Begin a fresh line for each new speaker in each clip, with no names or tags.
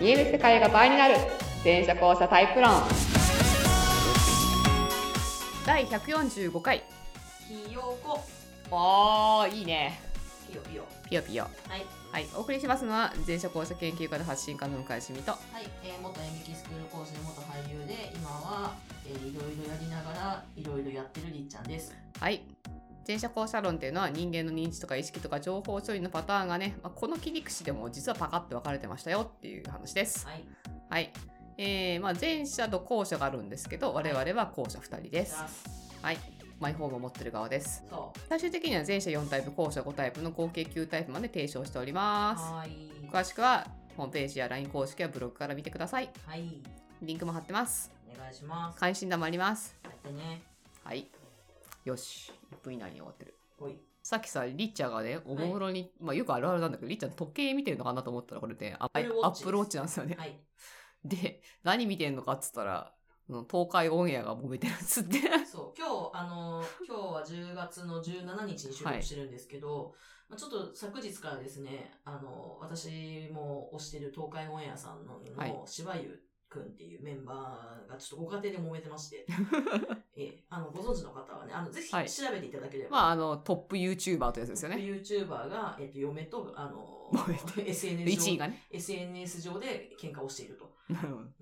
見える世界が倍になる全社交差タイプ論第145回
ひよこ
おーいいね
ひよひよ
ピヨピヨ
はい
はいお送りしますのは全社交差研究家の発信家の向井しみと
はい、えー、元演劇スクール講師で元俳優で今は、えー、いろいろやりながらいろいろやってるりっちゃんです
はい全社交差論っていうのは人間の認知とか意識とか情報処理のパターンがね、まあ、この切り口でも実はパカッて分かれてましたよっていう話です
はい
はいえー、まあ前者と後者があるんですけど我々は後者2人です
ラ
はいマイホームを持ってる側です
そう
最終的には前者4タイプ後者5タイプの合計9タイプまで提唱しておりま
はい
す詳しくはホームページや LINE 公式やブログから見てください
はい
リンクも貼ってます
お願いします
関心度もあります
やってね
はいよし1分以内に終わってる
ほい
さっきさリッチャーがねおもむろに、まあよくあるあるなんだけどリッチャーの時計見てるのかなと思ったらこれねアッ
Apple Watch
プルウォッチなんですよね、
はい
で何見てんのかっつったらその東海オンエアが揉めてるっつって
そう今日あのー今日は10月の17日に収録してるんですけど、まあちょっと昨日からですねあのー私も推してる東海オンエアさんの
はい
の芝優くんっていうメンバーがちょっとご家庭で揉めて まして、ええあのご存知の方はねあのぜひ調
はい
べていただければ、
まああのトップ YouTuber ってやつですよね
YouTuber が、えっと嫁とあ の
揉めて
SNS
1位
上
がね
SNS 上で喧嘩をしていると。 うん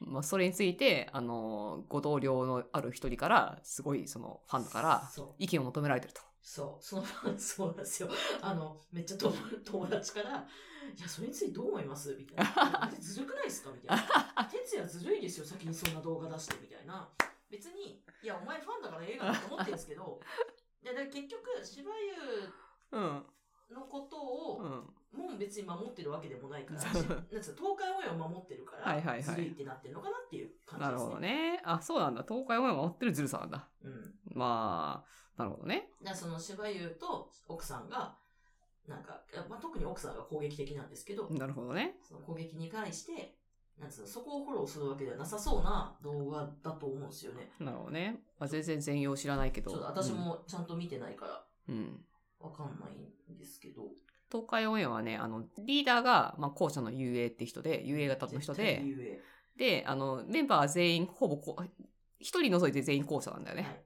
まあ、それについて、あの、ご同僚のある一人から、すごい、その、ファンから、
そう
意見を求められてると。
そう、その そうなんですよ。あの、めっちゃ友 友達から、いや、それについてどう思いますみたいな。いやずるくないですかみたい な。哲也ずるいですよ、先にそんな動画出して、みたいな。別に、いや、お前ファンだから映画だと思ってるんですけど、いや、だから結局、芝
うん。
生のことを、
うん。
もう別に守ってるわけでもないから、し
そ
なんつ
う
うの東海オンエアを守ってるから、
はいはいはい
ずるいってなってるのかなっていう感じ
な
ですね。
るほどね。あ、そうなんだ。東海オンエア守ってるズルさなんだ。
うん。
まあ、なるほどね。
なその芝優と奥さんが、なんか、まあ、特に奥さんが攻撃的なんですけど、
なるほどね。
その攻撃に関して、なんつうの、そこをフォローするわけではなさそうな動画だと思うんですよね。
なるほどね。まあ、全然全容知らないけ
ち
ど。
ょっと私もちゃんと見てないから、
うん。うん
わかんないんですけど。
東海オンエアはね、あの、リーダーが、まあ、後者の UA って人で、UA 型の人
絶対
で、
に言
で、あの、メンバーは全員、ほぼこう、一人除いて全員後者なんだよ
え。は
ね。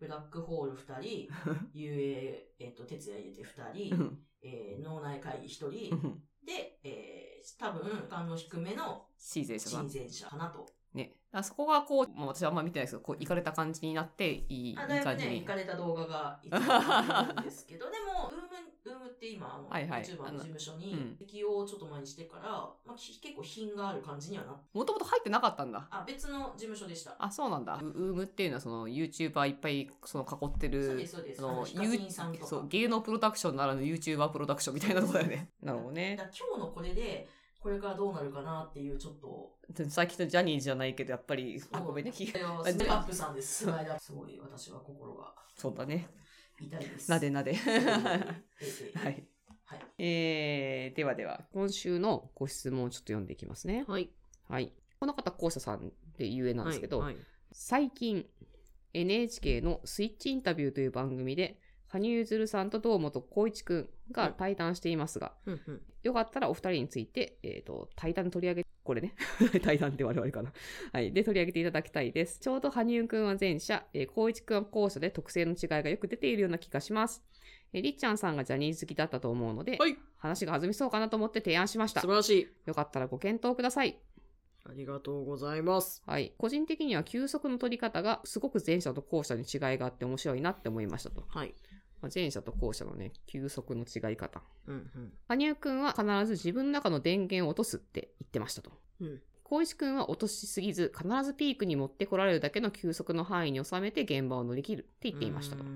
い。ブラックホール2人、UA、えっと、徹夜入れて2
う
人、
ん
えー脳内会議1
う
人、
ん。
で、えー、多分、感の低めの
シーゼーさん
親。善者かなと。
ね。あそこがこう、まあ私はあんま見てないですけど、こう、行かれた感じになって、いい、いい
あだいぶ
感じ
ね、行
に。
かれた動画がいつもあるんですけど、でも、ウーム、ウームって今、あの、
はいはい
YouTuber の事務所
あのう
に
ん、
適用をちょっと前にしてから、まあ、き結構品がある感じにはなっ
もともと入ってなかったんだ。
あ、別の事務所でした。
あ、そうなんだ。ウウームっていうのは、その、YouTuber いっぱい、その、囲って
そうで
る
す、、そうです。
そ
あの
の、
ヒカキンさんと
You- そ
か
う、。芸能プロダクションならぬ YouTuber プロダクションみたいなとこだよ ね。なるほど
だ
ね。
から今日のこれで、これからどうなるかなっていう、ちょっと、
最近のジャニーズじゃないけど、やっぱり、あ、
そう
ごめんね。 ひ
これはスマイルアップさんです。スマイルアップすごい、私は心が
そうだね。
痛いです。
なで なで。
ええ。
は
はい。
い。
はい。
えー、ではでは、今週のご質問をちょっと読んでいきますね。
はい。
はい。この方、校舎さんで有名なんですけど、
はい。
最近 NHK の「スイッチインタビュー」という番組で羽生結弦さんと堂本光一くんが対談していますが、
うんうん。
よかったらお二人について、えー、と対談取り上げこれね 対談って我々かな、はい、で取り上げていただきたいですちょうど羽生くんは前者、えー、光一くんは後者で特性の違いがよく出ているような気がします、えーりっちゃんさんがジャニーズ好きだったと思うので、
はい
話が弾みそうかなと思って提案しました
素晴らしい。
よかったらご検討ください
ありがとうございます。
はい。個人的には休息の取り方がすごく前者と後者に違いがあって面白いなって思いましたと。
はい。
まあ前者と後者のね、休息の違い方。
うんうん。
羽生くんは必ず自分の中の電源を落とすって言ってましたと。
うん。
小石くんは落としすぎず、必ずピークに持ってこられるだけの休息の範囲に収めて現場を乗り切るって言っていましたと。ま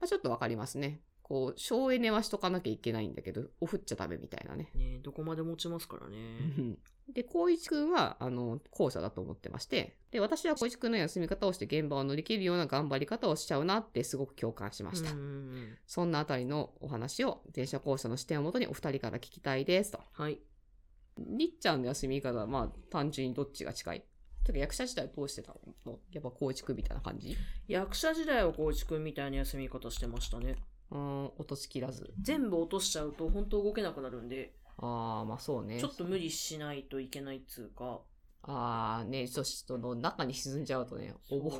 あ、ちょっとわかりますね。こう、省エネはしとかなきゃいけないんだけど、おふっちゃダメみたいなね。
ねどこまで持ちますからね。
で、光一くんは、あの、後者だと思ってまして、で、私は光一くんの休み方をして現場を乗り切るような頑張り方をしちゃうなってすごく共感しました。
うんうんうん
そんなあたりのお話を、前者後者の視点をもとにお二人から聞きたいですと。
はい。
りっちゃんの休み方は、まあ、単純にどっちが近いてか役者自体どうしてたのやっぱ光一くんみたいな感じ
役者時代は光一くんみたいな休み方してましたね。
うーん、落としきらず。
全部落としちゃうと本当動けなくなるんで、
ああ、まあそうね。
ちょっと無理しないといけないっつうか。
ああ、ね、ちょっとその中に沈んじゃうとね、おぼ、
そ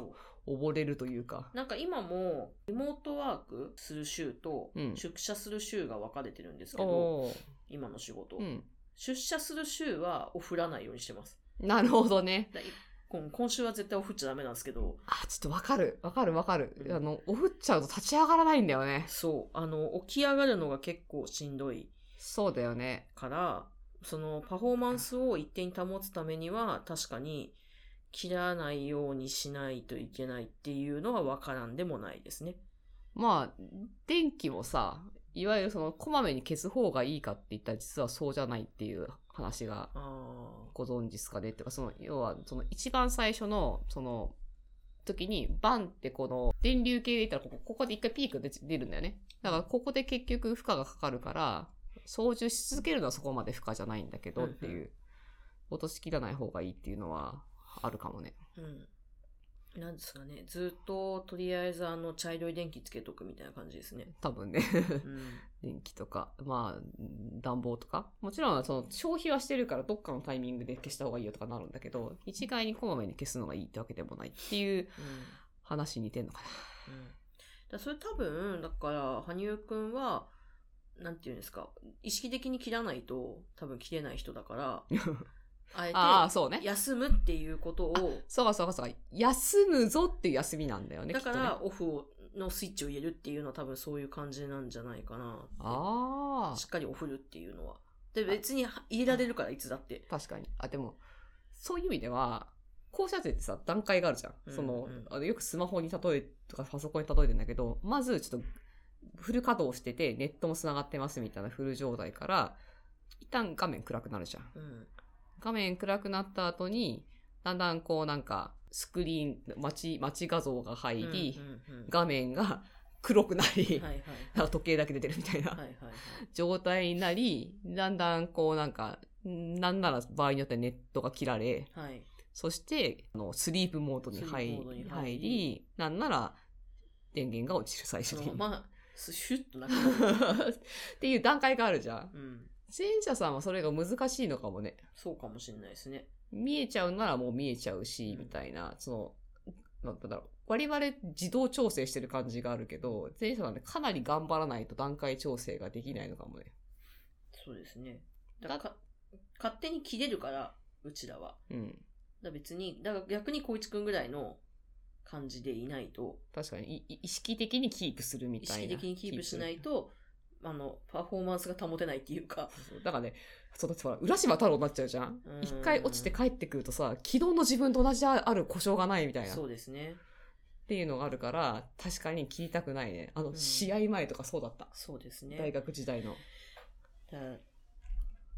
う
溺れるというか。
なんか今もリモートワークする週と
うん
出社する週が分かれてるんですけど、
おー
今の仕事、
うん。
出社する週はオフらないようにしてます。
なるほどね。
だい今今週は絶対オフっちゃダメなんですけど、
あ、ちょっとわかる。わかるわかる
う。ん
あの、おふっちゃうと立ち上がらないんだよね。
そう、あの、起き上がるのが結構しんどい
そうだよね。
から、そのパフォーマンスを一定に保つためには、確かに切らないようにしないといけないっていうのは分からんでもないですね。
まあ、電気もさ、いわゆるその、こまめに消す方がいいかって言ったら実はそうじゃないっていう話が
ああ。
ご存知ですかねっていうか、その、要は、その一番最初の、その、時に、バンってこの、電流系で言ったらここ、ここで一回ピークで出るんだよね。だから、ここで結局負荷がかかるから、操縦し続けるのはそこまで負荷じゃないんだけどって
うん
いう、落としきらない方がいいっていうのは、あるかもね。
うん。なんですかね。ずっと、とりあえずあの、茶色い電気つけとくみたいな感じですね。
多分ね。
うん。
電気とか、まあ、うん暖房とか。もちろん、その、消費はしてるから、どっかのタイミングで消した方がいいよとかなるんだけど、一概にこまめに消すのがいいってわけでもないっていう
うん
話に似てんのかな。
うんだそれ多分だから羽生くんはなんていうんですか意識的に切らないと多分切れない人 だからあえ
ああ、
て
そうね。
休むっていうことを
そうかそうかそうか。休むぞっていう休みなんだよね。
だか
きっと
ら
ね、
オフをのスイッチを入れるっていうのは多分そういう感じなんじゃないかな
あ
しっかりオフるっていうのはで別に入れられるからいつだって
あ、確かに。あ、でも、そういう意味では、校舎税ってさ、段階があるじゃん。
うん
その
うん、
あのよくスマホに例えとかパソコンに例えてんだけど、まずちょっと、フル稼働してて、ネットも繋がってますみたいなフル状態から、一旦画面暗くなるじゃん。
うん
画面暗くなった後に、だんだんこうなんか、スクリーン、待ち、待ち画像が入り、
うんうんうん
画面が黒くなり、
はいはい
なんか 時計だけ出てるみたいな。
はいはいはい
状態になり、だんだんこうなんか、んなんなら場合によってネットが切られ、
はい
そして、あの、スリープモードに
スリー
入
プモードに
り、
入り
入りなんなら電源が落ちる最
そ
初
の
に。
ままシュッとなくなる
っていう段階があるじゃん。
うん
前者さんはそれが難しいのかもね。
そうかもしれないですね
見えちゃうならもう見えちゃうし、
うん
みたいな、その、なんだろう。我々自動調整してる感じがあるけど、前者さんはねかなり頑張らないと段階調整ができないのかもね。
そうですね。だからか勝手に切れるから、うちらは。だか
うん。
ら別に、だから逆に光一くんぐらいの感じでいないと、
確かに、いい意識的にキープするみ
意
たいな。
識的にキープしないと、あの、パフォーマンスが保てないっていうか、
キープ。そうそうだからね、そうだってほら、浦島太郎になっちゃうじゃん
うん。
一回落ちて帰ってくるとさ、昨日の自分と同じである故障がないみたいな。っ
そうですね。
ていうのがあるから、確かに切りたくないね。あの、
うん
試合前とかそうだった。
そうですね。
大学時代の。
だから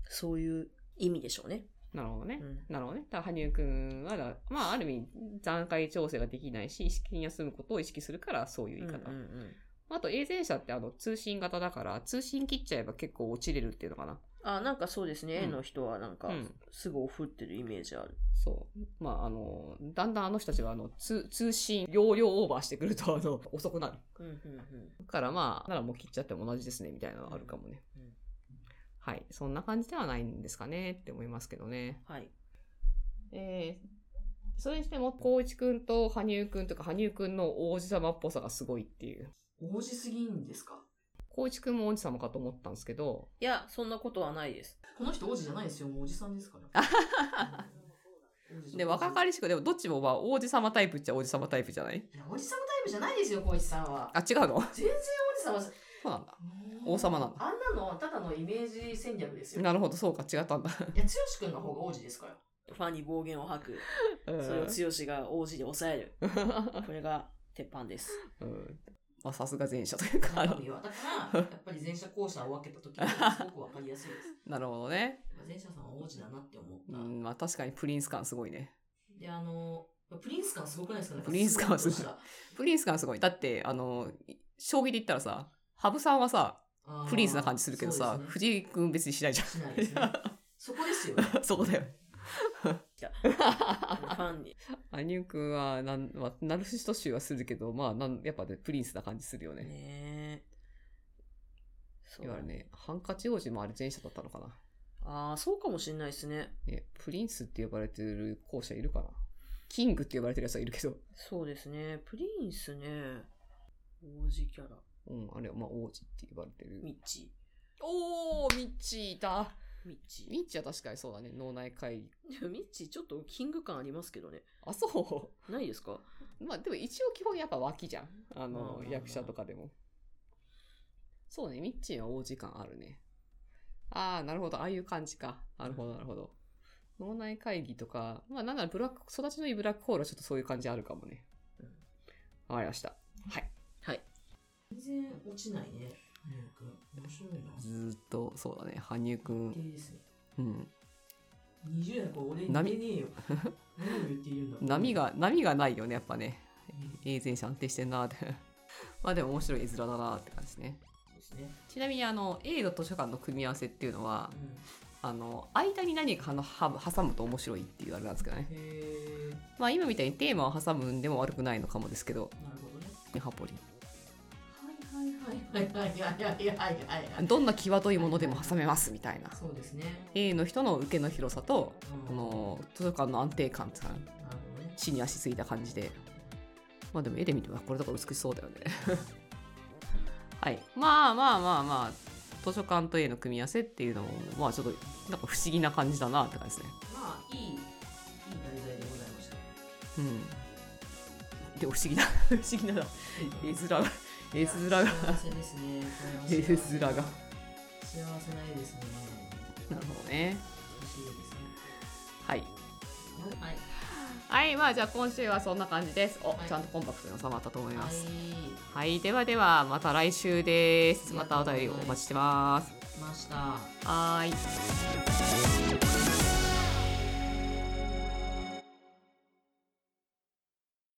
そういう意味でしょうね。
なるほどね。
うん
なるほどね。だから羽生くんはだ、まあ、ある意味、段階調整ができないし、意識的に休むことを意識するから、そういう言い方。
うんうんうん
あと、永前者ってあの、通信型だから、通信切っちゃえば結構落ちれるっていうのかな。
あ、なんかそうですね。
うん
A の人はなんか
うん、
すぐオフってるイメージある。
そう。まあ、あの、だんだんあの人たちは、あの、通、通信、容量オーバーしてくると、あの、 遅くなる。
うんうんうん
だからまあ、ならもう切っちゃっても同じですね、みたいなのがあるかもね。
うん
はい。そんな感じではないんですかね、って思いますけどね。
はい。
えー、それにしても、光一くんと羽生くんとか、羽生くんの王子様っぽさがすごいっていう。
応じすぎんですか
光一くんも王子様かと思ったんですけど、
いや、そんなことはないです。
この人王子じゃないですよ、もうおじさんですから。
で、若か
り。
りしく、でもどっちもまあ、王子様タイプっちゃ王子様タイプじゃない
いや、おじさまタイプじゃないですよ、光一さんは。
あ、違うの
全然王子様じ
そうなんだ。
ゃ。
王様なんだ。
あんなのはただのイメージ戦略ですよ。
なるほど、そうか、違ったん だ。
いや、剛君の方が王子ですから。
ファンに暴言を吐く。それを剛が王子で 抑える。これが鉄板です。
うんまあ、さすが前者というか、あ
中
の
身は。だから、やっぱり前者後者を分けた時はすごくわかりやすいです。
なるほどね。
前者さんは王子だなって思っ
う
た。
ん、まあ確かにプリンス感すごいね。
で、あの、プリンス感すごくないですか
プリンス感はすごい
なんか
プリンス感すごい。だって、あの、将棋で言ったらさ、羽生さんはさ、プリンスな感じするけどさ、
そうですね
藤井君別にしないじ
しないですね。 そこですよね。
ゃん。そこだよ。
ファンに。
羽生君はなん、まあ、ナルシスト集はするけど、まあ、なんやっぱね、プリンスな感じするよね。
ねえ。そ
いうわゆるね、ハンカチ王子もあれ前者だったのかな。
ああ、そうかもしれないですね。
ね、プリンスって呼ばれてる校舎いるかなキングって呼ばれてるやつはいるけど。
そうですね。プリンスね。王子キャラ。
うん、あれはまあ王子って呼ばれてる。
ミッチ
おー、ミッチーいた。
ー。ミッチ
ミッチーは確かにそうだね、脳内会議。
ー。でもミッチーちょっとキング感ありますけどね。
あ、そ
ないですか
う。 まあでも一応基本やっぱ脇じゃん。あ
まあまあ
の
ま、あ
役者とかでも。そうね、ミッチーは王子感あるね。あー、なるほど、ああいう感じか。なるほど、なるほど。脳内会議とか、まあなんならブラック、育ちのいいブラックホールはちょっとそういう感じあるかもね。わかりました。はい。
はい。
全然落ちないね。なんか面白いな。
ずーっと、そうだね、羽生くん。
いいですね。
うん。
20代これ俺に言
波
えねえ よ。何を言っているんだ。
波。が、波がないよね、やっぱね。永前者安定してんなーって。 まあでも面白い絵面だなーって感じですね。
そうですね。
ちなみにあの、A の図書館の組み合わせっていうのは
う、ん。
あの、間に何かあのは挟むと面白いっていうあれなんですけどね。
へえ。
まあ今みたいにテーマを挟むんでも悪くないのかもですけど、
なるほどね。
ハポリン。
はいはいはいはいはいはいはいはいはい。
どんな際どいものでも挟めますみたいな。
そうですね。
A の人の受けの広さと、
うん
この図書館の安定感っていうか
なるほどね。
地に足ついた感じでまあでも絵で見てもこれとか美しそうだよね はいまあまあまあまあ図書館と絵の組み合わせっていうのもまあちょっとなんか不思議な感じだなって感じですね
まあいいいい題材でございました。
うんでも不思議な 不思議なな絵面が絵面が
いや幸せ ですね。これは幸せ
絵面が
幸せな絵ですね。
なるほどね
楽しいですね。
はい
はい。
はいまあじゃあ今週はそんな感じですお、
はい
ちゃんとコンパクトに収まったと思い
は
ます、
い。
はい、ではではまた来週ですまたお便りお待ちしてます
ました。
はーい
「